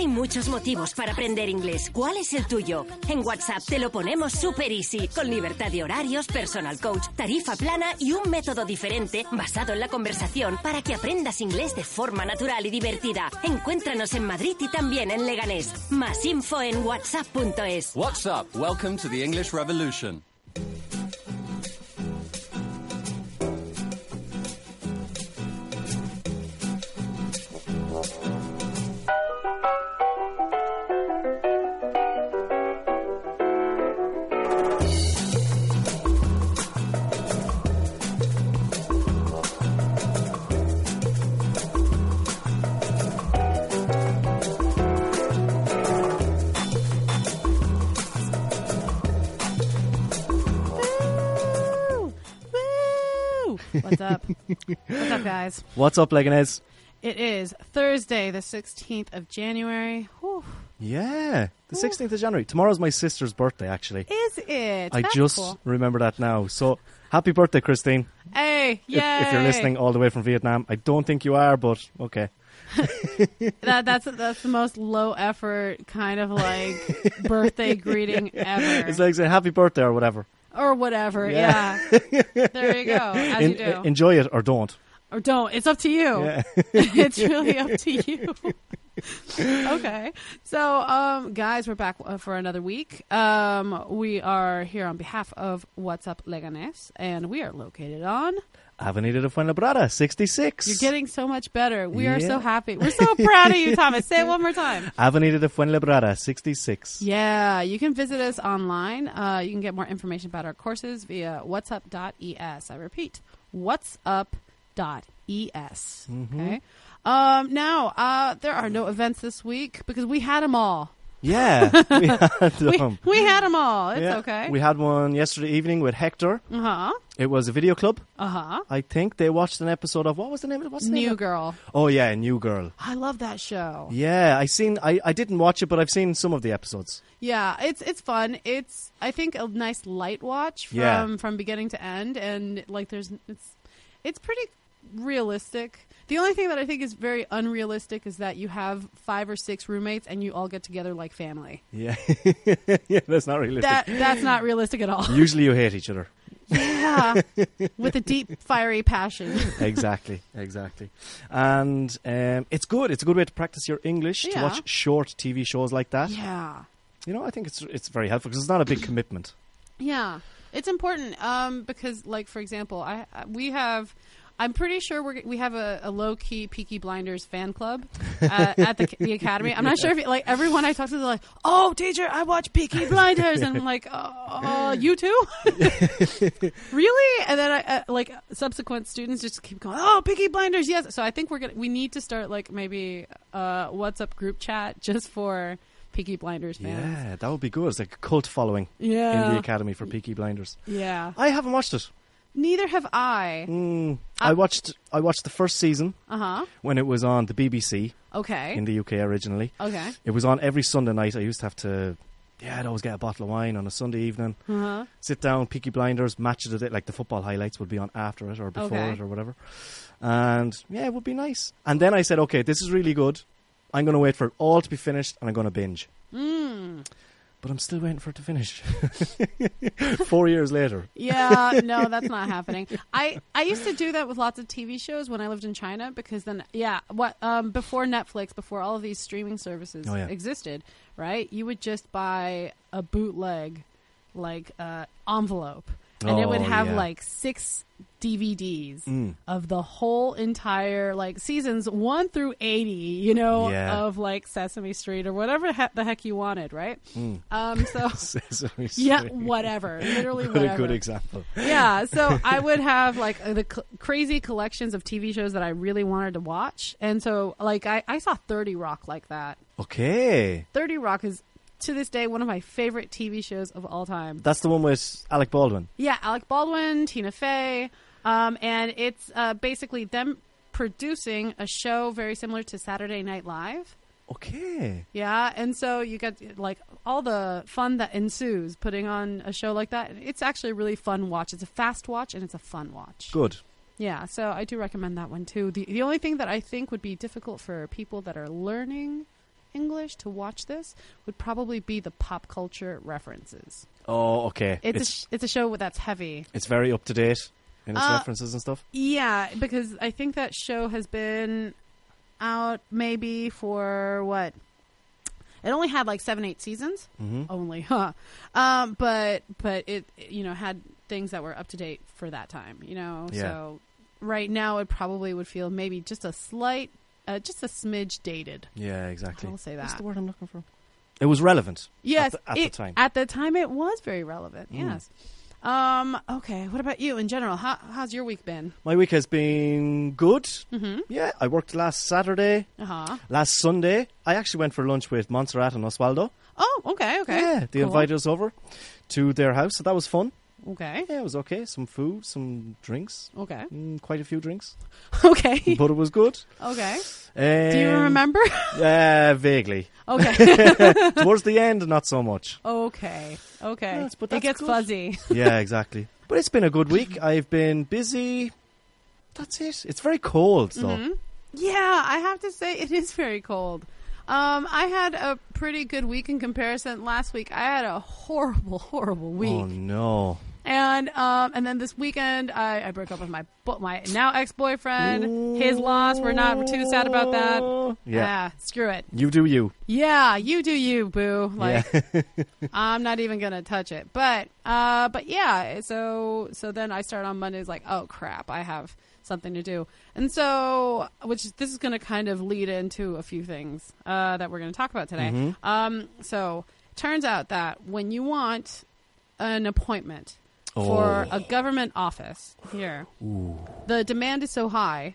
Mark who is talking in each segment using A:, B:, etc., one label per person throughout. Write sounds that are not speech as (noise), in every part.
A: Hay muchos motivos para aprender inglés. ¿Cuál es el tuyo? En WhatsApp te lo ponemos super easy, con libertad de horarios, personal coach, tarifa plana y un método diferente basado en la conversación para que aprendas inglés de forma natural y divertida. Encuéntranos en Madrid y también en Leganés. Más info en whatsapp.es.
B: What's up? Welcome to the English Revolution.
C: What's
D: (laughs)
C: up? What's up, guys?
D: What's up, Leganés?
C: It is Thursday, the 16th of January. Whew.
D: Yeah, the 16th of January. Tomorrow's my sister's birthday, actually.
C: Is it?
D: I
C: That's
D: just
C: cool.
D: remember that now. So, happy birthday, Christine.
C: Hey,
D: If,
C: yeah.
D: if you're listening oh. all the way from Vietnam, I don't think you are, but okay.
C: That, that's, that's the most low effort kind of like
D: (laughs)
C: birthday greeting ever.
D: It's like saying happy birthday or whatever.
C: or whatever,
D: Yeah.
C: yeah. there you
D: (laughs)
C: go. As
D: En-
C: you do.
D: eh, enjoy it or don't.
C: or don't. It's up to you.
D: Yeah.
C: (laughs) it's really up to you. (laughs) okay. So, um, guys, we're back uh, for another week. Um, we are here on behalf of What's Up Leganes, and we are located on.
D: Avenida de Fuenlabrada, 66.
C: You're getting so much better. We are
D: Yeah.
C: so happy. We're so proud of you, Thomas. Say it one more time.
D: Avenida de Fuenlabrada, 66.
C: Yeah, you can visit us online. Uh, you can get more information about our courses via whatsup.es. I repeat, whatsup.es.
D: Mm-hmm.
C: Okay. Um, now, uh, there are no events this week because we had them all. (laughs)
D: Yeah, we had
C: We,
D: them.
C: we had them all. It's
D: Yeah.
C: okay.
D: We had one yesterday evening with Hector.
C: Uh huh.
D: It was a video club.
C: Uh huh.
D: I think they watched an episode of what was the name of it? What's the name
C: New
D: of-
C: Girl.
D: Oh yeah, New Girl.
C: I love that show.
D: Yeah, I seen. I, I didn't watch it, but I've seen some of the episodes.
C: Yeah, it's it's fun. It's I think a nice light watch from
D: Yeah.
C: from beginning to end, and like there's it's it's pretty realistic. The only thing that I think is very unrealistic is that you have five or six roommates and you all get together like family.
D: Yeah, (laughs) yeah, that's not realistic.
C: That that's not realistic at all.
D: (laughs) Usually, you hate each other.
C: Yeah, with a deep fiery passion.
D: exactly, exactly. And um, it's good. It's a good way to practice your English to
C: Yeah.
D: watch short TV shows like that.
C: Yeah,
D: You know, I think it's it's very helpful because it's not a big commitment.
C: yeah, it's important um, because like for example, I I- we have. I'm pretty sure we're, we have a, a low key Peaky Blinders fan club uh, at the, the academy. I'm not sure if it- like everyone I talk to, they're like, "Oh, teacher, I watch Peaky Blinders," and I'm like, "Uh, you too? (laughs) really?" And then I uh, like subsequent students just keep going, "Oh, Peaky Blinders, yes." So I think we're gonna we need to start like maybe uh, what's up group chat just for Peaky Blinders fans.
D: Yeah, that would be good. It's like a cult following
C: Yeah,
D: in the academy for Peaky Blinders.
C: yeah.
D: I haven't watched it.
C: Neither have I.
D: Mm,
C: Ah.
D: I watched I watched the first season
C: Uh huh.
D: when it was on the BBC
C: Okay.
D: in the UK originally. (laughs)
C: okay.
D: It was on every Sunday night. I used to have to, yeah, I'd always get a bottle of wine on a Sunday evening.
C: Uh-huh.
D: Sit down, Peaky Blinders, match of the day, like the football highlights would be on after it or before
C: Okay.
D: it or whatever. And yeah, it would be nice. And then I said, okay, this is really good. I'm going to wait for it all to be finished and I'm going to binge.
C: Mm.
D: But I'm still waiting for it to finish. (laughs) Four years later. (laughs)
C: Yeah, no, that's not happening. I I used to do that with lots of TV shows when I lived in China because then yeah, what um before Netflix, before all of these streaming services
D: Oh, yeah.
C: existed, right? You would just buy a bootleg like uh envelope and it would
D: Oh,
C: have
D: yeah.
C: like 6 DVDs
D: Mm.
C: of the whole entire like seasons 1 through 80, you know,
D: Yeah.
C: of like Sesame Street or whatever he- the heck you wanted, right?
D: Mm.
C: Um
D: (laughs)
C: so
D: Sesame (laughs)
C: yeah,
D: Street.
C: whatever. Literally
D: What
C: whatever
D: a good example.
C: yeah so i would have like uh, the cl- crazy collections of tv shows that i really wanted to watch and so like I, I saw 30 rock like that
D: Okay.
C: 30 rock is to this day one of my favorite tv shows of all time
D: That's the one with Alec Baldwin.
C: yeah alec baldwin tina fey um, and it's uh, basically them producing a show very similar to saturday night live
D: Okay.
C: yeah, and so you get like all the fun that ensues putting on a show like that. It's actually a really fun watch. It's a fast watch and it's a fun watch.
D: Good.
C: Yeah, so I do recommend that one too. The the only thing that I think would be difficult for people that are learning English to watch this would probably be the pop culture references.
D: Oh, okay.
C: It's
D: It's
C: a
D: it's,
C: sh- it's a show that's heavy.
D: very up to date in its
C: Uh,
D: references and stuff.
C: Yeah, because I think that show has been out maybe for what? It only had like seven, eight seasons.
D: hmm
C: Only, huh? Um, but but it it, you know had things that were up to date for that time. You know,
D: Yeah.
C: so right now it probably would feel maybe just a slight, uh, just a smidge dated.
D: Yeah, exactly.
C: I'll say
D: That's
C: that.
D: the word I'm looking for. It was relevant.
C: Yes,
D: at the- at the
C: it-
D: time.
C: At the time, it was very relevant.
D: Mm.
C: Yes. Um. Okay. What about you in general? How, how's your week been?
D: My week has been good.
C: Mm-hmm.
D: Yeah, I worked last Saturday.
C: Uh huh.
D: Last Sunday, I actually went for lunch with Montserrat and Oswaldo.
C: Oh. Okay. Okay.
D: Yeah, they
C: Cool.
D: invited us over to their house, so that was fun.
C: Okay.
D: Yeah, it was okay. Some food, some drinks.
C: Okay. (laughs)
D: Mm, quite a few drinks, (laughs)
C: Okay.
D: but it was good.
C: okay.
D: Um,
C: Do you remember? (laughs)
D: Yeah, vaguely. (laughs)
C: okay.
D: Towards the end, not so much.
C: okay. Okay.
D: Yes, but
C: it
D: that's
C: gets
D: good.
C: fuzzy.
D: Yeah, exactly. (laughs) But it's been a good week. I've been busy. That's it. It's very cold, though.
C: Mm-hmm. Yeah, I have to say it is very cold. Um, I had a pretty good week in comparison. Last week, I had a horrible, (laughs) horrible week.
D: Oh no!
C: And um, and then this weekend, I, I broke up with my bo- my now ex boyfriend. His loss. We're not we're too sad about that.
D: Yeah,
C: Ah, screw it.
D: you do you.
C: Yeah, you do you, boo. Like I'm not even gonna touch it. But uh, but yeah. So so then I start on Mondays like, oh crap, I have something to do. And so which is- this is gonna kind of lead into a few things uh, that we're gonna talk about today. Um, so turns out that when you want an appointment for
D: Oh.
C: a government office here, the demand is so high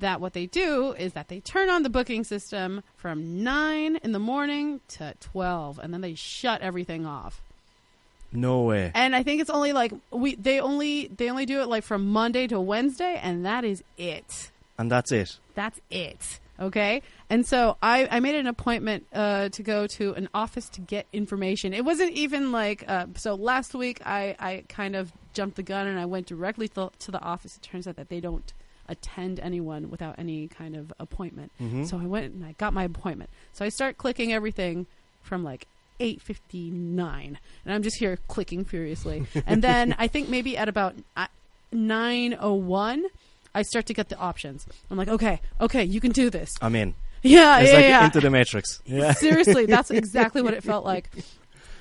C: that what they do is that they turn on the booking system from 9 in the morning to 12 and then they shut everything off
D: (laughs) No way.
C: and i think it's only like we they only they only do it like from monday to wednesday and that is it
D: And that's it.
C: that's it okay and so i i made an appointment uh to go to an office to get information it wasn't even like uh so last week i i kind of jumped the gun and i went directly to, to the office it turns out that they don't attend anyone without any kind of appointment so i went and i got my appointment so i start clicking everything from like 8:59 and i'm just here clicking furiously and then i think maybe at about uh, 9:01 I start to get the options. I'm like, okay, okay, you can do this.
D: I'm in.
C: Yeah,
D: Uh, It's
C: yeah,
D: like
C: yeah.
D: into the matrix. Yeah.
C: Seriously, that's exactly what it felt
D: (laughs)
C: like.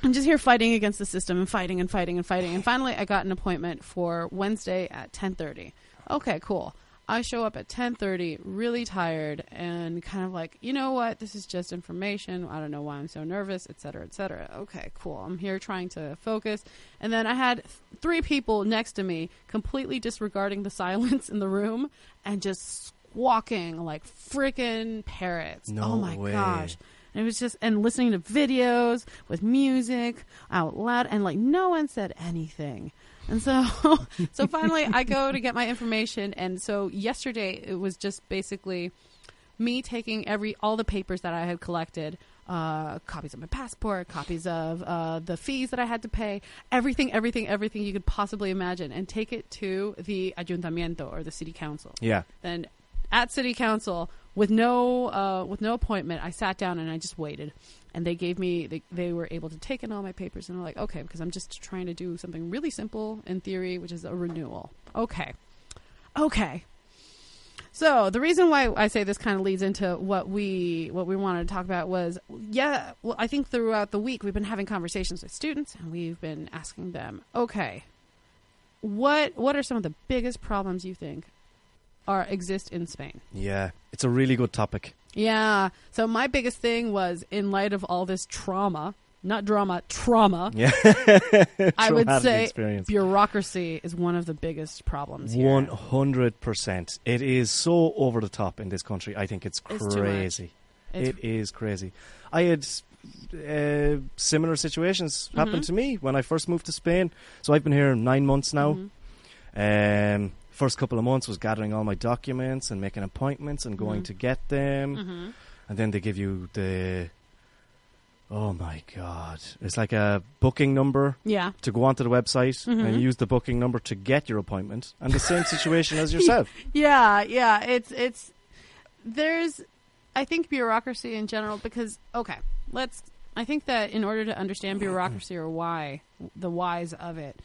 C: I'm just here fighting against the system and fighting and fighting and fighting. And finally, I got an appointment for Wednesday at 10:30. Okay, cool. I show up at 10:30, really tired and kind of like, you know what? This is just information. I don't know why I'm so nervous, et cetera, et cetera. Okay, cool. I'm here trying to focus. And then I had th- three people next to me completely disregarding the (laughs) silence in the room and just squawking like freaking parrots.
D: No
C: oh my
D: way.
C: gosh. And it was just and listening to videos with music out loud and like no one said anything. And so (laughs) so finally I go to get my information and so yesterday it was just basically me taking every all the papers that I had collected, uh, copies of my passport, copies of uh, the fees that I had to pay, everything, everything, everything you could possibly imagine, and take it to the ayuntamiento or the city council.
D: Yeah.
C: Then at city council with no uh, with no appointment, I sat down and I just waited. And they gave me they, they were able to take in all my papers and they're like, okay, because I'm just trying to do something really simple in theory, which is a renewal. Okay, okay. So the reason why I say this kind of leads into what we what we wanted to talk about was yeah well I think throughout the week we've been having conversations with students and we've been asking them okay what what are some of the biggest problems you think are exist in Spain
D: Yeah. It's a really good topic.
C: yeah so my biggest thing was in light of all this trauma not drama
D: (laughs)
C: trauma
D: Yeah.
C: I would
D: Traumatic
C: say
D: experience.
C: bureaucracy is one of the biggest problems here.
D: One hundred percent. It is so over the top in this country. I think it's
C: It's too much.
D: crazy.
C: It's-
D: It is crazy. I had uh, similar situations happen to me when I first moved to Spain. So I've been here nine months now.
C: Mm-hmm.
D: Um, first couple of months was gathering all my documents and making appointments and going to get them,
C: Mm. Mm-hmm.
D: and then they give you the. Oh my god! It's like a booking number
C: yeah
D: to go onto the website and use the booking number to get your appointment and the same situation as yourself
C: Yeah, yeah. It's it's there's I think bureaucracy in general because okay, let's. I think that in order to understand
D: Mm-hmm.
C: bureaucracy or why the whys of it,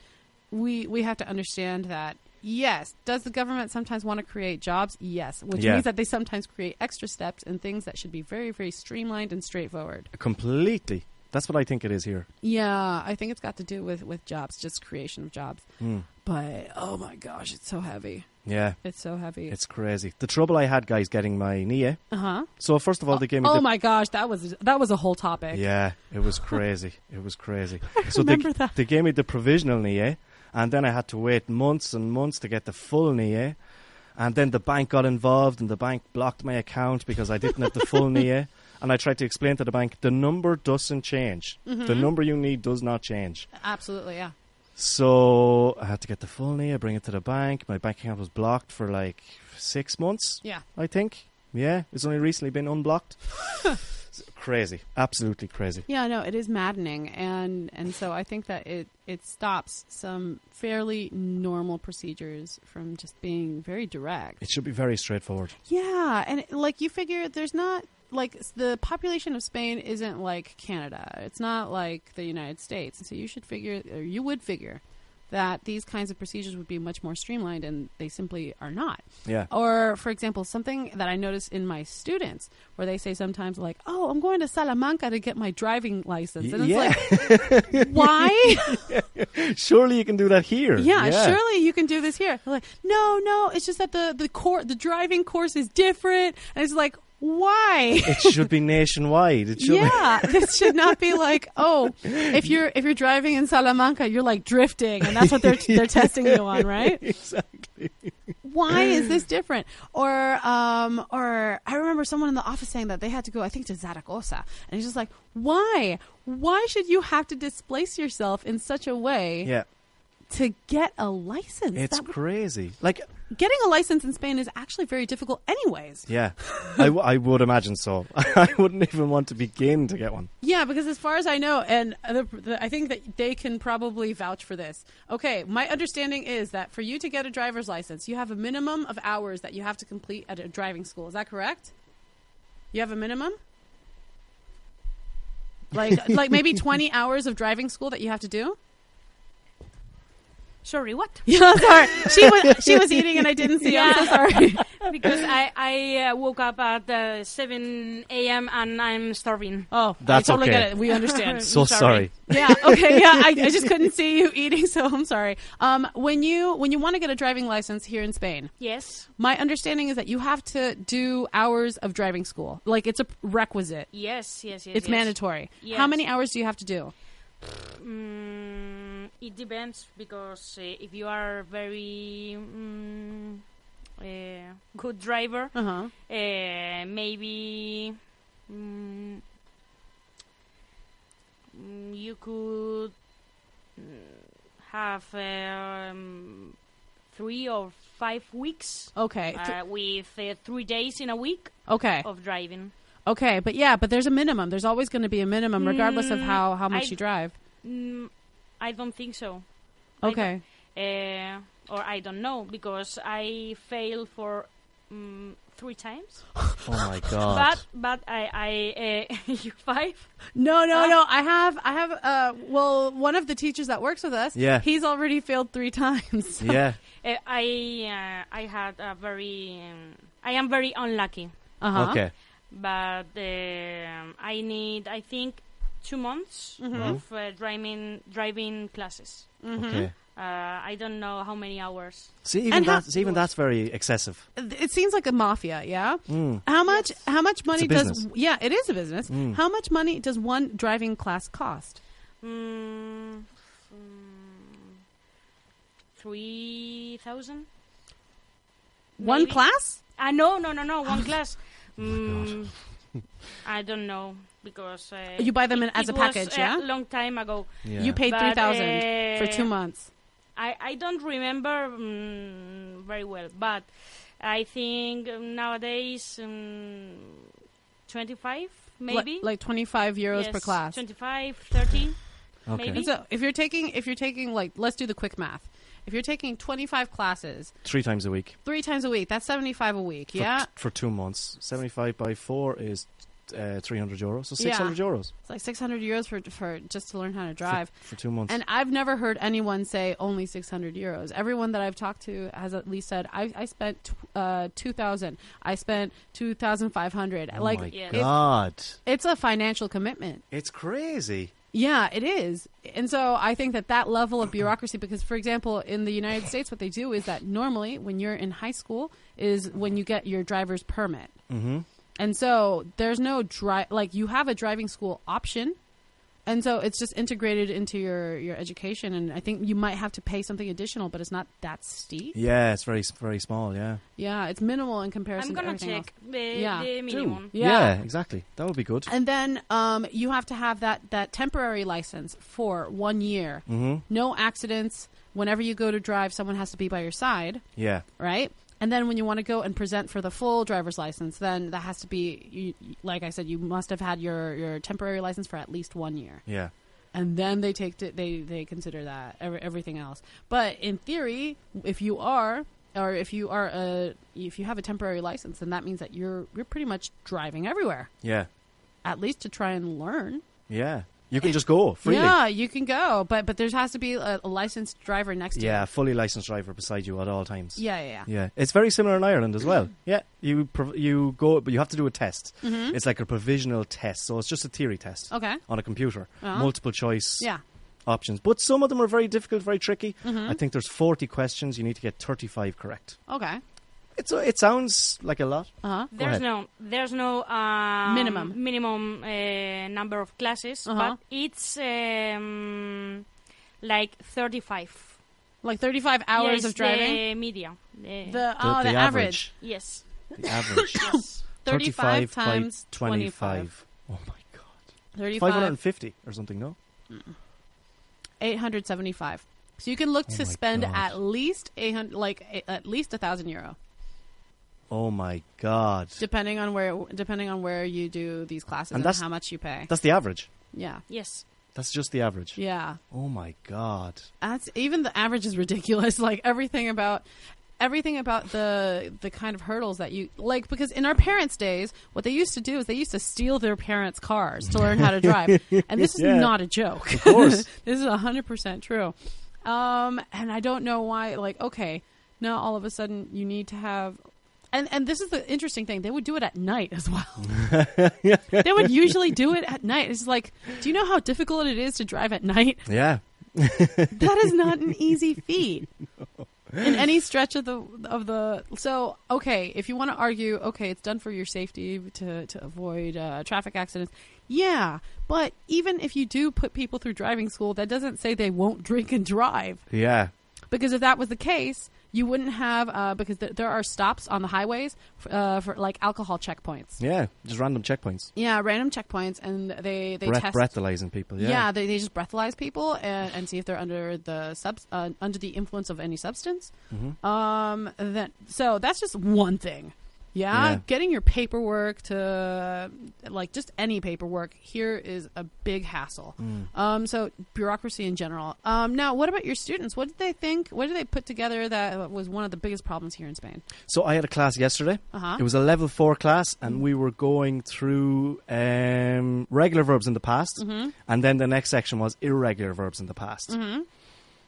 C: we we have to understand that yes, does the government sometimes want to create jobs? Yes, which
D: Yeah.
C: means that they sometimes create extra steps and things that should be very very streamlined and straightforward.
D: Completely. That's what I think it is here.
C: Yeah, I think it's got to do with with jobs, just creation of jobs. But oh my gosh, it's so heavy.
D: Hmm. Yeah.
C: It's so heavy.
D: It's crazy. The trouble I had, guys, getting my knee. eh?
C: uh huh.
D: So first of all, they gave me
C: Oh
D: the
C: my gosh, that was that was a whole topic.
D: (laughs) Yeah, it was crazy. it was
C: (laughs)
D: crazy. so they,
C: remember that.
D: they gave me the provisional knee, eh? and then I had to wait months and months to get the full knee, eh? and then the bank got involved, and the bank blocked my account because I didn't have the full knee,
C: (laughs)
D: eh? and I tried to explain to the bank the number doesn't change. The
C: Mm-hmm.
D: number you need does not change.
C: Absolutely, yeah.
D: So I had to get the full knee, I bring it to the bank. My bank account was blocked for like six months.
C: Yeah.
D: I think. Yeah, it's only recently been
C: (laughs)
D: unblocked. It's crazy, absolutely crazy.
C: Yeah, no, it is maddening, and and so I think that it it stops some fairly normal procedures from just being very direct.
D: It should be very straightforward.
C: Yeah, and like you figure, there's not like s- the population of Spain isn't like Canada. It's not like the United States, and so you should figure, or you would figure, that these kinds of procedures would be much more streamlined, and they simply are not.
D: Yeah.
C: Or, for example, something that I notice in my students, where they say sometimes, like, "Oh, I'm going to Salamanca to get my driving license," and it's
D: yeah.
C: like, why?
D: (laughs) Surely you can do that here.
C: yeah, surely you can do this here. They're like, no, no, it's just that the the cour the driving course is different, and it's like,
D: (laughs)
C: why?
D: It should be nationwide. It should
C: Yeah, this should not be like, oh, if you're if you're driving in Salamanca, you're like drifting, and that's what they're they're testing you on, right?
D: be. (laughs) Exactly.
C: Why is
D: (clears throat)
C: this different? Or um or I remember someone in the office saying that they had to go, I think, to Zaragoza, and he's just like, why? Why should you have to displace yourself in such a way
D: Yeah.
C: to get a license?
D: It's
C: That-
D: crazy. Like,
C: getting a license in Spain is actually very difficult, anyways.
D: yeah. I, w- I would imagine so. (laughs) I wouldn't even want to begin to get one.
C: Yeah, because as far as I know, and the, the, I think that they can probably vouch for this. Okay, my understanding is that for you to get a driver's license, you have a minimum of hours that you have to complete at a driving school. Is that correct? You have a minimum? Like,
D: (laughs)
C: like maybe 20 hours of driving school that you have to do? (laughs)
E: Sorry, what?
C: Yeah, sorry. She was, she was eating and I didn't see. I'm so sorry.
E: because I, I uh, woke up at uh, 7 a.m. and I'm starving.
C: Oh,
D: That's
C: I totally
D: okay.
C: get it. We
E: (laughs)
C: understand.
D: So sorry.
C: Yeah. Okay. Yeah. I, I just couldn't see you eating, so I'm sorry. Um, when you when you want to get a driving license here in Spain,
E: Yes.
C: my understanding is that you have to do hours of driving school. Like it's a requisite.
E: Yes, yes, yes.
C: It's
E: yes.
C: mandatory.
E: Yes.
C: How many hours do you have to do?
E: Mm, it depends because uh, if you are very mm, uh, good driver,
C: Uh huh.
E: uh, maybe mm, mm, you could mm, have um, three or five weeks
C: Okay. Th-
E: uh, oh. with uh, three days in a week
C: okay.
E: of driving.
C: Okay. But yeah, but there's a minimum. There's always going to be a minimum, regardless of
E: Mm,
C: how how much
E: I-
C: you drive.
E: Mm, I don't think so. I don't-
C: Okay.
E: uh, or I don't know because I failed for mm three times.
D: Oh
C: (laughs)
D: my God.
E: But but I I uh, (laughs) you five.
C: No, no,
E: Uh,
C: no. I have, I have. Uh, well, one of the teachers that works with us,
D: Yeah.
C: he's already failed three (laughs) times. so-
D: yeah.
E: Uh, I uh, I had a very um, I am very unlucky,
C: Uh-huh.
D: Okay.
E: but um I need I think two months of uh, driving driving classes.
C: Mm-hmm.
D: Okay.
E: Uh, I don't know how many hours.
D: See, even
C: And how-
D: that's even that's very excessive.
C: It seems like a mafia. Yeah. How much? How much money does?
D: business. Mm.
C: Yeah, it is a business. How much money does one driving class cost?
E: Mm, mm, Three thousand.
C: One
E: Maybe.
C: class? Oh
E: Ah, no, no,
C: (laughs)
E: no, no, one class. Mm, I don't know because uh,
C: You buy them in-
E: it-
C: as
E: it
C: a package,
E: was,
C: yeah?
E: A long time ago.
D: Yeah.
C: You paid
E: But,
C: three thousand for
E: uh,
C: two months.
E: I I don't remember mm, very well, but I think um, nowadays um, twenty five
C: Li-
E: maybe
C: like twenty five euros per
E: Yes,
C: class.
E: 25, 30.
D: Okay.
E: maybe.
C: So if you're taking, if you're taking, like, let's do the quick math. If you're taking 25 classes
D: Three times a week
C: three times a week, that's 75 a week.
D: for,
C: Yeah,
D: t- for two months. 75 by 4 is uh, 300 euros, so
C: Yeah.
D: 600 euros
C: it's like 600 euros for for just to learn how to drive.
D: for two months.
C: And I've never heard anyone say only 600 euros. Everyone that I've talked to has at least said I, I spent tw- uh, 2,000. I spent 2,500.
D: oh
C: like
D: my
E: Yeah.
C: it-
D: God.
C: it's a financial commitment.
D: It's crazy.
C: Yeah, it is. And so I think that that level of bureaucracy, because for example, in the United States, what they do is that normally when you're in high school is when you get your driver's permit. Mm-hmm. And so there's no drive, like you have a driving school option. And so it's just integrated into your, your education. And I think you might have to pay something additional, but it's not that steep.
D: Yeah, it's very s- very small, yeah.
C: Yeah, it's minimal in
E: I'm
C: comparison to
E: gonna
C: everything else.
E: check the,
C: Yeah.
E: the minimum.
C: Yeah.
D: exactly. That would be good.
C: And then um, you have to have that, that temporary license for one year.
D: Mhm.
C: No accidents. Whenever you go to drive, someone has to be by your side,
D: Yeah.
C: right? And then when you want to go and present for the full driver's license, then that has to be, you, like I said, you must have had your, your temporary license for at least one year,
D: Yeah.
C: and then they take to, they they consider that every, everything else. But in theory, if you are or if you are a if you have a temporary license, then that means that you're you're pretty much driving everywhere,
D: Yeah.
C: at least to try and learn.
D: Yeah. You can just go freely.
C: Yeah, you can go, but but there has to be a, a licensed driver next to you.
D: Yeah, fully licensed driver beside you at all times.
C: Yeah, yeah, yeah.
D: Yeah, it's very similar in Ireland as well. yeah, you prov- you go, but you have to do a test.
C: Mm-hmm.
D: It's like a provisional test, so it's just a theory test.
C: Okay.
D: On a computer,
C: Uh-huh.
D: multiple choice.
C: Yeah. Mm-hmm.
D: Options, but some of them are very difficult, very tricky. I think there's 40 questions. You need to get 35 correct.
C: Okay.
D: It's a, it sounds like a lot.
C: Uh huh.
D: ahead.
E: There's no, there's no um,
C: Minimum.
E: minimum uh, number of classes,
C: Uh-huh.
E: but it's um, like 35
C: Like 35 hours
E: Yes,
C: of driving.
E: The media. The-
C: The, oh, the, average. (coughs)
E: yes.
D: The
C: (laughs)
D: average.
E: yes.
C: 35
D: 35 by
C: times 25.
D: 25. Oh my god.
C: 35,
D: 550 or something, no?
C: 875. So you can look to
D: Oh my
C: spend
D: God.
C: at least 800, like a- at least a thousand euro,
D: Oh my god.
C: depending on where, depending on where you do these classes
D: And
C: and,
D: that's-
C: how much you pay.
D: That's the average.
C: Yeah.
E: Yes.
D: That's just the average.
C: Yeah.
D: Oh my god.
C: That's even the average is ridiculous. (laughs) Like everything about everything about the the kind of hurdles that you like because in our parents' days, what they used to do is they used to steal their parents' cars to learn how to drive. and this is
D: (laughs) Yeah.
C: not a joke. Of
D: course.
C: (laughs) this is hundred percent true. Um, and I don't know why. Like, okay, now all of a sudden you need to have. And, and this is the interesting thing. They would do it at night as
D: (laughs)
C: well. they would usually do it at night. It's like, do you know how difficult it is to drive at night?
D: Yeah. (laughs)
C: that is not an easy feat in any stretch of the of the so okay if you want to argue okay it's done for your safety to to avoid uh, traffic accidents yeah but even if you do put people through driving school that doesn't say they won't drink and drive
D: Yeah.
C: because if that was the case you wouldn't have uh, because th- there are stops on the highways uh, for like alcohol checkpoints
D: Yeah. Just random checkpoints.
C: yeah random checkpoints and they they
D: Breath,
C: test
D: breathalyzing people. Yeah.
C: yeah, they, they just breathalyze people and, and see if they're under the sub uh, under the influence of any substance.
D: Mm-hmm.
C: Um, then so that's just one thing. Yeah,
D: Yeah.
C: getting your paperwork to like just any paperwork here is a big hassle.
D: Mm.
C: Um, so bureaucracy in general. Um, now, what about your students? What did they think? What did they put together that was one of the biggest problems here in Spain?
D: So I had a class yesterday.
C: Uh-huh.
D: It was a level four class, and we were going through um, regular verbs in the past,
C: Mm-hmm.
D: and then the next section was irregular verbs in the past.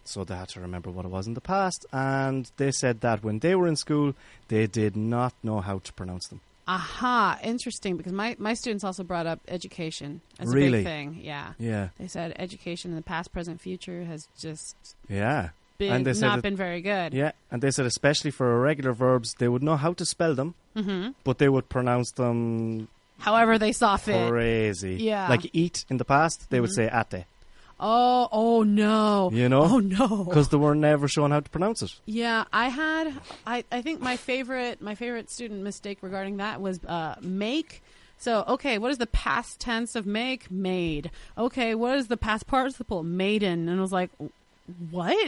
D: So they had to remember what it was in the past, and they said that when they were in school, they did not know how to pronounce them.
C: Aha, interesting. Because my my students also brought up education as a
D: Really?
C: big thing. Yeah.
D: Yeah,
C: They said education in the past, present, future has just
D: yeah,
C: been
D: and they
C: not
D: said that-
C: been very good.
D: yeah, and they said especially for irregular verbs, they would know how to spell them,
C: Mm-hmm.
D: but they would pronounce them
C: However, they saw fit.
D: crazy.
C: Yeah. Mm-hmm.
D: like eat in the past, they would say ate.
C: Oh, oh no!
D: You know?
C: oh no!
D: because they were never shown how to pronounce it.
C: Yeah, I had. I, I think my favorite my favorite student mistake regarding that was uh, make. So okay, what is the past tense of make? Made. Okay, what is the past participle? Maiden. And I was like, what?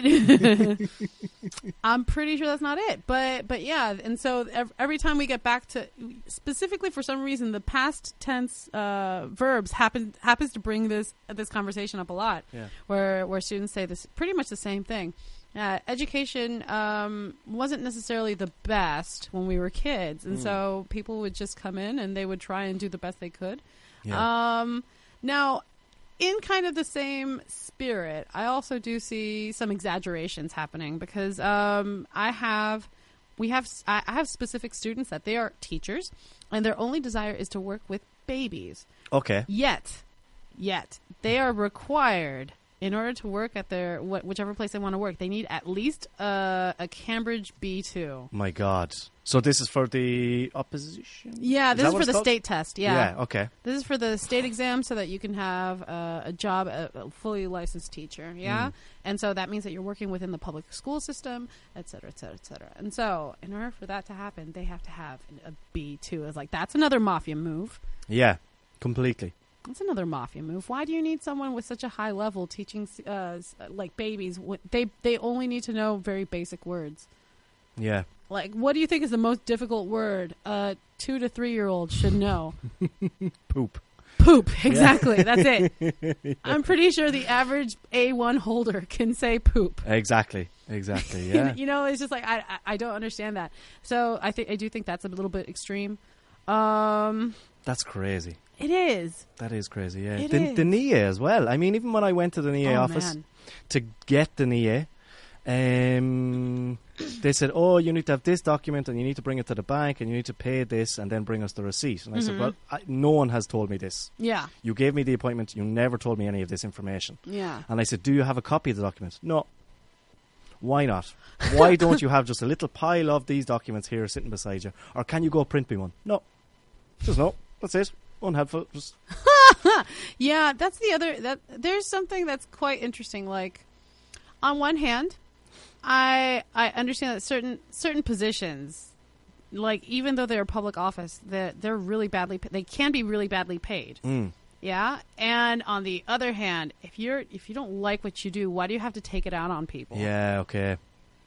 C: (laughs) I'm pretty sure that's not it. But but yeah, and so ev- every time we get back to specifically for some reason the past tense uh, verbs happen happens to bring this this conversation up a lot,
D: Yeah.
C: where where students say this pretty much the same thing. Uh, education um, wasn't necessarily the best when we were kids, and so people would just come in and they would try and do the best they could.
D: Yeah.
C: Um, now, in kind of the same spirit, I also do see some exaggerations happening because um, I have we have s- I I have specific students that they are teachers, and their only desire is to work with babies.
D: okay.
C: Yet, yet they are required in order to work at their wh- whichever place they want to work. They need at least uh, a, a Cambridge B two.
D: My God. So this is for the opposition.
C: Yeah,
D: Is
C: this
D: that
C: is,
D: what
C: for
D: it's
C: the
D: called?
C: state test.
D: Yeah. Okay.
C: This is for the state exam so that you can have uh, a job, a, a fully licensed teacher. Yeah.
D: Mm.
C: And so that means that you're working within the public school system, et cetera, et cetera, et cetera. And so, in order for that to happen, they have to have an- a B2. It's like, that's another mafia move.
D: Yeah. Completely.
C: That's another mafia move. Why do you need someone with such a high level teaching, uh, s- like babies? What- They, they only need to know very basic words.
D: Yeah.
C: Like, what do you think is the most difficult word a two to three year old should know?
D: (laughs) Poop.
C: Poop. Exactly. That's it.
D: (laughs)
C: I'm pretty sure the average A1 holder can say poop.
D: Exactly.
C: (laughs)
D: Exactly. Yeah.
C: You know, it's just like I, I I don't understand that. So I think I do think that's a little bit extreme. Um,
D: That's crazy.
C: it is.
D: That is crazy. Yeah.
C: It
D: the, the
C: is.
D: NIA as well. I mean, even when I went to the NIA
C: Oh,
D: E office
C: man.
D: to get the NIA, um, they said, "Oh, you need to have this document, and you need to bring it to the bank, and you need to pay this, and then bring us the receipt." And I said, "Well, I, no one has told me this.
C: Yeah.
D: You gave me the appointment. You never told me any of this information."
C: Yeah.
D: And I said, Do you have a copy of the documents? No. Why not? Why don't you have just a little pile of these documents here sitting beside you? Or can you go print me one? No. Just no. That's it. Unhelpful. Just,
C: Yeah, that's the other that there's something that's quite interesting like on one hand, I I understand that certain certain positions like even though they're public office, they're, they're really badly pa- they can be really badly paid.
D: mm,
C: Yeah. And on the other hand, if you're if you don't like what you do, why do you have to take it out on people?
D: yeah, okay.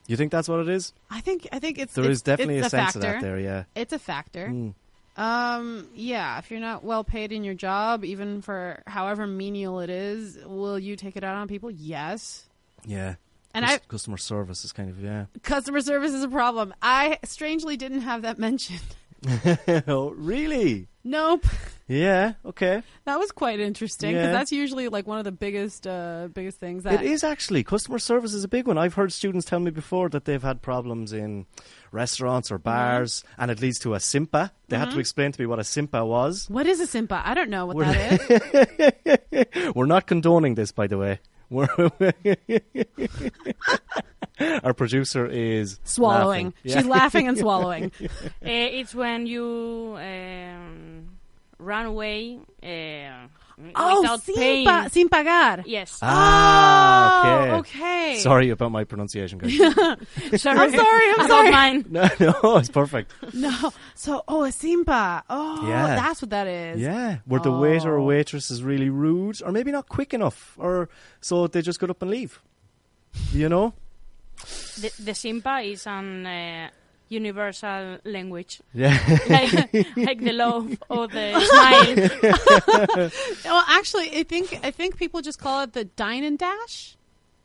D: You think that's what it is?
C: I think I think it's
D: There is
C: it's,
D: definitely
C: it's
D: a sense
C: factor.
D: of that there, yeah.
C: It's a factor.
D: Mm.
C: Um, yeah, if you're not well paid in your job, even for however menial it is, will you take it out on people? Yes.
D: Yeah.
C: And
D: Cus-
C: I
D: customer service is kind of yeah.
C: customer service is a problem. I strangely didn't have that (laughs) mentioned.
D: (laughs) oh, really?
C: Nope.
D: Yeah. Okay.
C: That was quite interesting
D: Yeah.
C: because that's usually like one of the biggest uh biggest things that
D: It is actually. Customer service is a big one. I've heard students tell me before that they've had problems in restaurants or bars,
C: Mm-hmm.
D: and it leads to a simpa. They had to explain to me what a simpa was.
C: What is a simpa? I don't know what
D: We're-
C: that
D: (laughs)
C: is.
D: We're not condoning this, by the way. We're (laughs) Our producer is
C: Swallowing.
D: laughing. Yeah.
C: She's laughing
D: (laughs)
C: and swallowing.
E: (laughs) Uh, it's when you um, run away uh,
C: oh,
E: without
C: sin,
E: paying.
C: pa- sin pagar.
E: Yes.
D: Ah, okay.
C: Oh, okay.
D: Sorry about my pronunciation, guys. (laughs)
E: sorry.
C: I'm sorry. I'm
E: Not
C: sorry.
E: mine.
D: no, no, it's perfect.
C: No. So, oh, a simpa. Oh,
D: Yeah.
C: that's what that is.
D: Yeah, where the waiter
C: Oh.
D: or waitress is really rude, or maybe not quick enough, or so they just get up and leave.
C: (laughs)
D: You know?
E: The, the Simpa is an uh, universal
C: (laughs)
E: language,
D: Yeah.
E: like, like the love or the smile.
C: Well, actually, I think I think people just call it the dine and dash.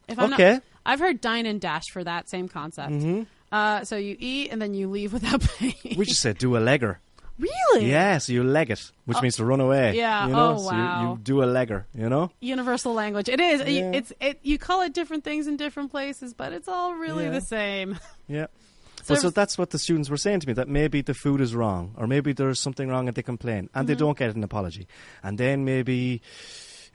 C: If I'm
D: Okay. Mm-hmm.
C: Not, I've heard dine and dash for that same concept. Uh, so you eat and then you leave without (laughs) paying.
D: (laughs) we just said do a legger.
C: really?
D: Yeah, so you leg it, which means to run away.
C: Oh. yeah,
D: You know?
C: oh,
D: So you- you,
C: wow.
D: do a legger, you know?
C: Universal language. It is.
D: Yeah.
C: It's. It. You call it different things in different places, but it's all really
D: Yeah.
C: the same.
D: Yeah.
C: So
D: Well, (laughs)
C: (laughs)
D: so that's what the students were saying to me that maybe the food is wrong, or maybe there's something wrong and they complain, and
C: Mm-hmm.
D: they don't get an apology. And then maybe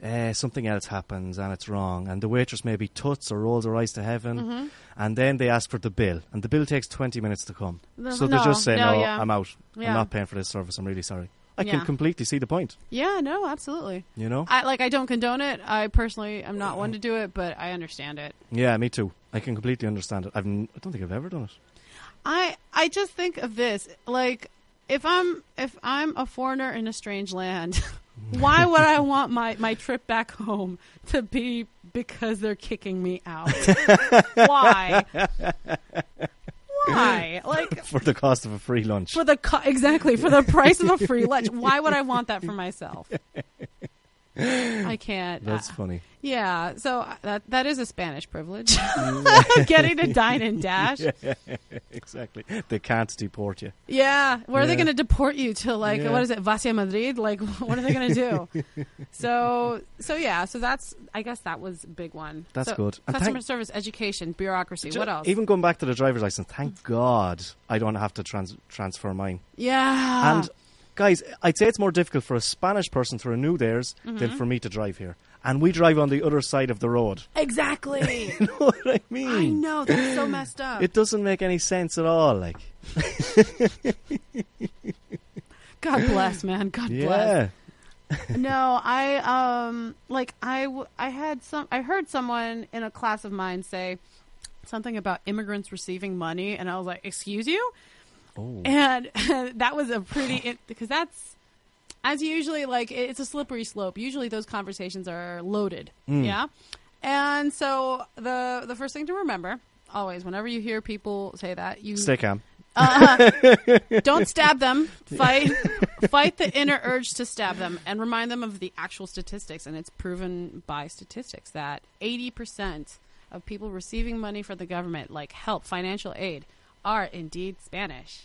D: uh, something else happens and it's wrong, and the waitress maybe tuts or rolls her eyes to heaven,
C: Mm-hmm.
D: and then they ask for the bill, and the bill takes 20 minutes to come.
C: No,
D: so they
C: no,
D: just say,
C: no,
D: No,
C: yeah.
D: I'm out.
C: Yeah.
D: I'm not paying for this service. I'm really sorry. I can
C: Yeah.
D: completely see the point,
C: yeah. No. Absolutely.
D: you know?
C: I like. I don't condone it. I personally am not
D: Mm-hmm.
C: one to do it, but I understand it.
D: yeah, me too. I can completely understand it. I've n- I don't think I've ever done it. (laughs)
C: I I just think of this like if I'm if I'm a foreigner in a strange land, (laughs) why would I want my my trip back home to be because they're kicking me out? why? Why? Like
D: for the cost of a free lunch.
C: for the co- exactly for the price of a free lunch, why would I want that for myself? I can't.
D: That's
C: Uh,
D: funny.
C: yeah, so uh, that that is a Spanish privilege. (laughs) Getting to dine and dash. Yeah,
D: Exactly. They can't deport you.
C: where are they
D: Yeah.
C: going to deport you to? Like,
D: Yeah.
C: what is it, Vacia Madrid? Like, (laughs) what are they going to
D: (laughs)
C: do? so, so yeah, so that's. I guess that was a big one.
D: That's
C: So
D: good. And
C: Customer
D: thank-
C: service, education, bureaucracy.
D: Ju-
C: what else?
D: Even going back to the driver's license, thank God I don't have to trans- transfer mine.
C: yeah,
D: And guys, I'd say it's more difficult for a Spanish person to renew theirs
C: Mm-hmm.
D: than for me to drive here. And we drive on the other side of the road.
C: exactly.
D: (laughs) You know what I mean?
C: I know that's so messed up.
D: It doesn't make any sense at all. Like,
C: God bless, man. God bless.
D: yeah,
C: no, I um like I w- I had some I heard someone in a class of mine say something about immigrants receiving money and I was like, "Excuse you?"
D: Oh.
C: And (laughs) that was a pretty it, because that's as usually like it- it's a slippery slope. Usually those conversations are loaded.
D: Mm.
C: Yeah. And so the the first thing to remember always whenever you hear people say that you
D: stay calm. (laughs)
C: don't stab them. Fight, fight the inner urge to stab them, and remind them of the actual statistics. And it's proven by statistics that eighty percent of people receiving money from the government, like help, financial aid, are indeed Spanish.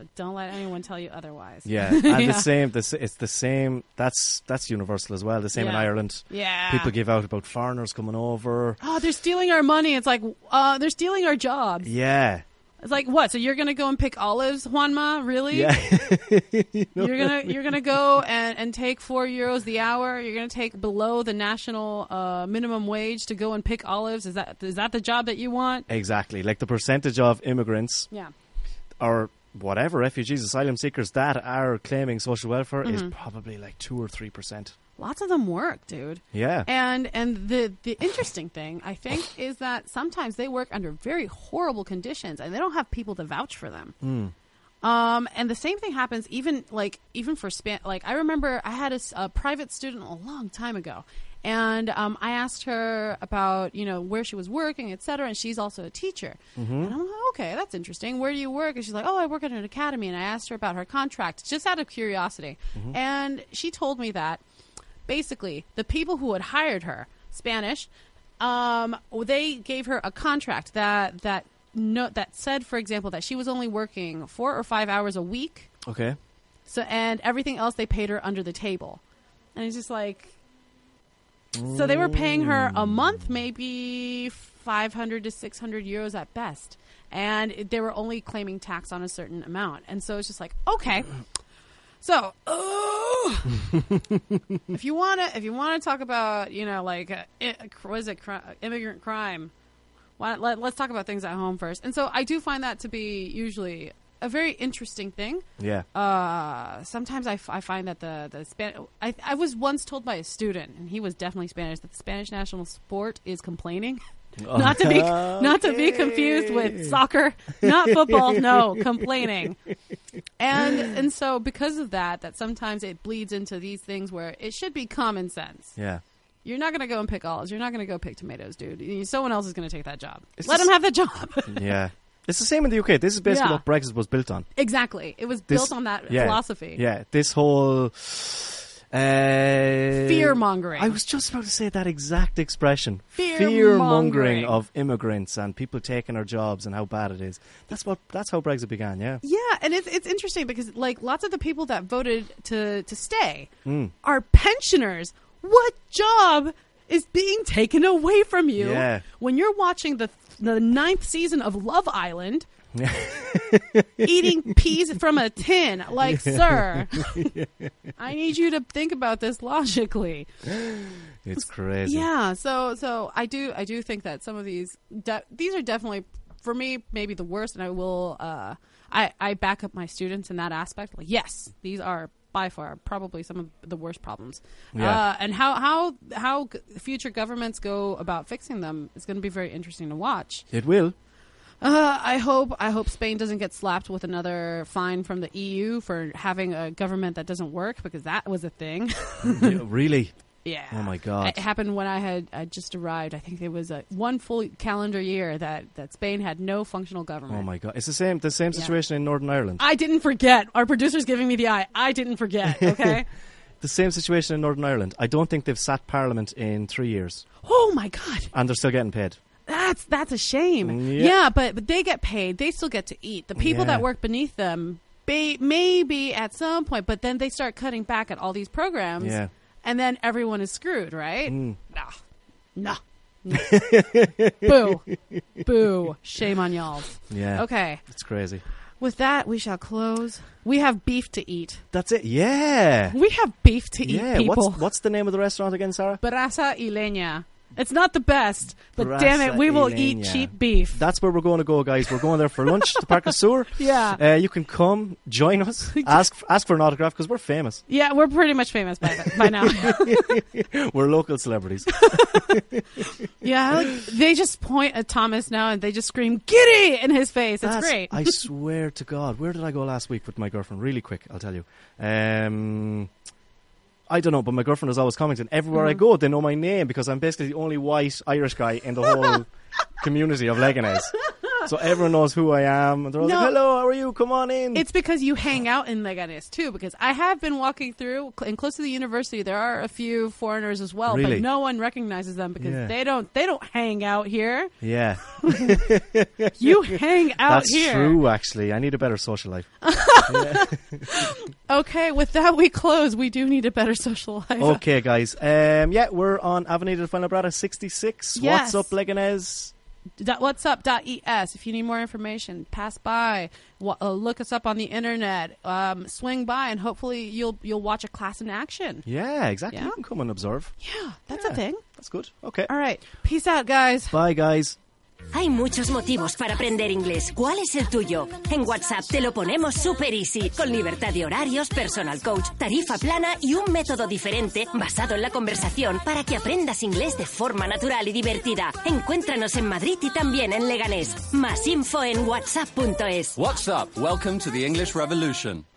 C: So don't let anyone tell you otherwise.
D: Hmm.
C: (laughs)
D: Yeah, and
C: Yeah.
D: the same. The, s- it's the same. That's that's universal as well. The same in
C: Yeah.
D: Ireland.
C: Yeah.
D: people give out about foreigners coming over.
C: Oh, they're stealing our money. It's like uh, they're stealing our jobs. (laughs)
D: Yeah,
C: It's like what? So you're gonna go and pick olives, Juanma? Really?
D: yeah.
C: (laughs) you're gonna you're gonna go and, and take four euros the hour. You're gonna take below the national uh, minimum wage to go and pick olives. Is that is that the job that you want?
D: exactly. Like the percentage of immigrants
C: Yeah,
D: or whatever refugees, asylum seekers that are claiming social welfare
C: Mm-hmm.
D: is probably like two or three percent.
C: lots of them work, dude.
D: Yeah.
C: And and the the interesting thing I think is that sometimes they work under very horrible conditions and they don't have people to vouch for them. Um, and the same thing happens even like even for span. Like I remember I had a, s- a private student a long time ago, and um, I asked her about you know where she was working, et cetera, and she's also a teacher. And I'm like, "Oh, okay, that's interesting. Where do you work? And she's like, oh, I work at an academy. And I asked her about her contract just out of curiosity, and she told me that basically the people who had hired her spanish um, they gave her a contract that that no, that said for example that she was only working four or five hours a week
D: Okay.
C: so and everything else they paid her under the table and it's just like so they were paying her a month maybe 500 to 600 euros at best and it- they were only claiming tax on a certain amount and so it's just like okay so oh, if you want to if you want to talk about you know like uh, i- what is it cri- immigrant crime why, let, let's talk about things at home first and so i do find that to be usually a very interesting thing
D: Yeah.
C: uh, sometimes I, f- I find that the the Span- I, I was once told by a student, and he was definitely Spanish, that the Spanish national sport is complaining.
D: Oh.
C: not to
D: (laughs)
C: be not to be confused with soccer, not football. no, complaining. And and so because of that, that sometimes it bleeds into these things where it should be common sense.
D: yeah.
C: You're not going to go and pick olives. You're not going to go pick tomatoes, dude. You- Someone else is going to take that job.
D: It's
C: Let
D: just-
C: them have the job. (laughs)
D: Yeah. It's the same in the UK. This is basically
C: Yeah.
D: what Brexit was built on.
C: exactly. It was
D: This-
C: built on that
D: yeah,
C: philosophy.
D: Yeah, this whole uh, fear
C: Fear-mongering.
D: I was just about to say that exact expression.
C: Fear-mongering.
D: mongering of immigrants and people taking our jobs and how bad it is. That's what. That's how Brexit began. Yeah.
C: Yeah, and it's it's interesting because like lots of the people that voted to to stay are pensioners. What job is being taken away from you
D: Yeah.
C: when you're watching the the ninth season of Love Island? eating peas from a tin like sir i need you to think about this logically
D: It's crazy.
C: yeah, so so I do I do think that some of these de- these are definitely for me maybe the worst, and I will uh, I I back up my students in that aspect. Like, yes, these are by far probably some of the worst problems.
D: Yeah.
C: Uh, and how how how g- future governments go about fixing them is going to be very interesting to watch.
D: It will.
C: Uh, I hope I hope Spain doesn't get slapped with another fine from the EU for having a government that doesn't work because that was a thing. (laughs)
D: Yeah, really.
C: Yeah.
D: Oh, my God.
C: It happened when I had I just arrived. I think it was a one full calendar year that that Spain had no functional government.
D: Oh my god. It's the same. The same
C: Yeah.
D: situation in Northern Ireland. (laughs)
C: I didn't forget. Our producer's giving me the eye. I didn't forget. Okay.
D: the same situation in Northern Ireland. I don't think they've sat Parliament in three years,
C: Oh my god,
D: and they're still getting paid.
C: that's that's a shame.
D: Yeah.
C: Yeah, but but they get paid. They still get to eat. The people
D: Yeah.
C: that work beneath them, ba- maybe at some point, but then they start cutting back at all these programs.
D: Yeah.
C: and then everyone is screwed, Um, right?
D: Mm.
C: Nah, nah.
D: (laughs)
C: Boo. Boo. Shame on y'all.
D: Yeah,
C: Okay.
D: it's crazy.
C: With that, we shall close. We have beef to eat.
D: That's it. Yeah,
C: We have beef to
D: yeah.
C: eat, people.
D: What's what's the name of the restaurant again, Sarah?
C: Brasa y leña. It's not the best, but
D: Brasa
C: damn it, we
D: y
C: will eat
D: leña.
C: cheap beef.
D: That's where we're going to go, guys. We're going there for lunch to Park
C: (laughs)
D: Sewer.
C: Yeah.
D: Uh, you can come, join
C: (laughs)
D: us, ask ask for an autograph because we're famous.
C: yeah, we're pretty much famous by, by (laughs) now.
D: We're local
C: (laughs)
D: celebrities.
C: yeah, like, they just point at Thomas now and they just scream "Giddy" in his face. It's
D: That's-
C: great.
D: I swear to God, where did I go last week with my girlfriend? Really quick, I'll tell you. Um, I don't know, but my girlfriend is always commenting. Everywhere
C: Mm-hmm.
D: I go, they know my name because I'm basically the only white Irish guy
C: (laughs)
D: in the whole community of Leganés. So everyone knows who I am. And they're all
C: No.
D: like, hello, how are you? Come on in.
C: It's because you hang out in Leganes too. Because I have been walking through cl- and close to the university, there are a few foreigners as well,
D: Really?
C: but no one recognizes them because
D: Yeah.
C: they don't they don't hang out
D: (laughs)
C: here.
D: yeah,
C: You hang out
D: that's
C: here.
D: true, actually. I need a better social life.
C: Okay, with that we close. We do need a better (laughs) social life.
D: Okay, guys. Um, yeah, we're on Avenida de Fuenlabrada 66.
C: Yes.
D: What's up, Leganés?
C: dot, what's up dot es if you need more information pass by w- uh, look us up on the internet um, swing by and hopefully you'll you'll watch a class in action
D: Yeah, exactly.
C: Yeah.
D: You can come and observe.
C: yeah that's a
D: Yeah.
C: thing
D: That's good. Okay.
C: all right peace out guys
D: Bye, guys.
A: Hay muchos motivos para aprender inglés. ¿Cuál es el tuyo? En WhatsApp te lo ponemos super easy, con libertad de horarios, personal coach, tarifa plana y un método diferente basado en la conversación para que aprendas inglés de forma natural y divertida. Encuéntranos en Madrid y también en Leganés. Más info en whatsapp.es.
B: What's up? Welcome to the English Revolution.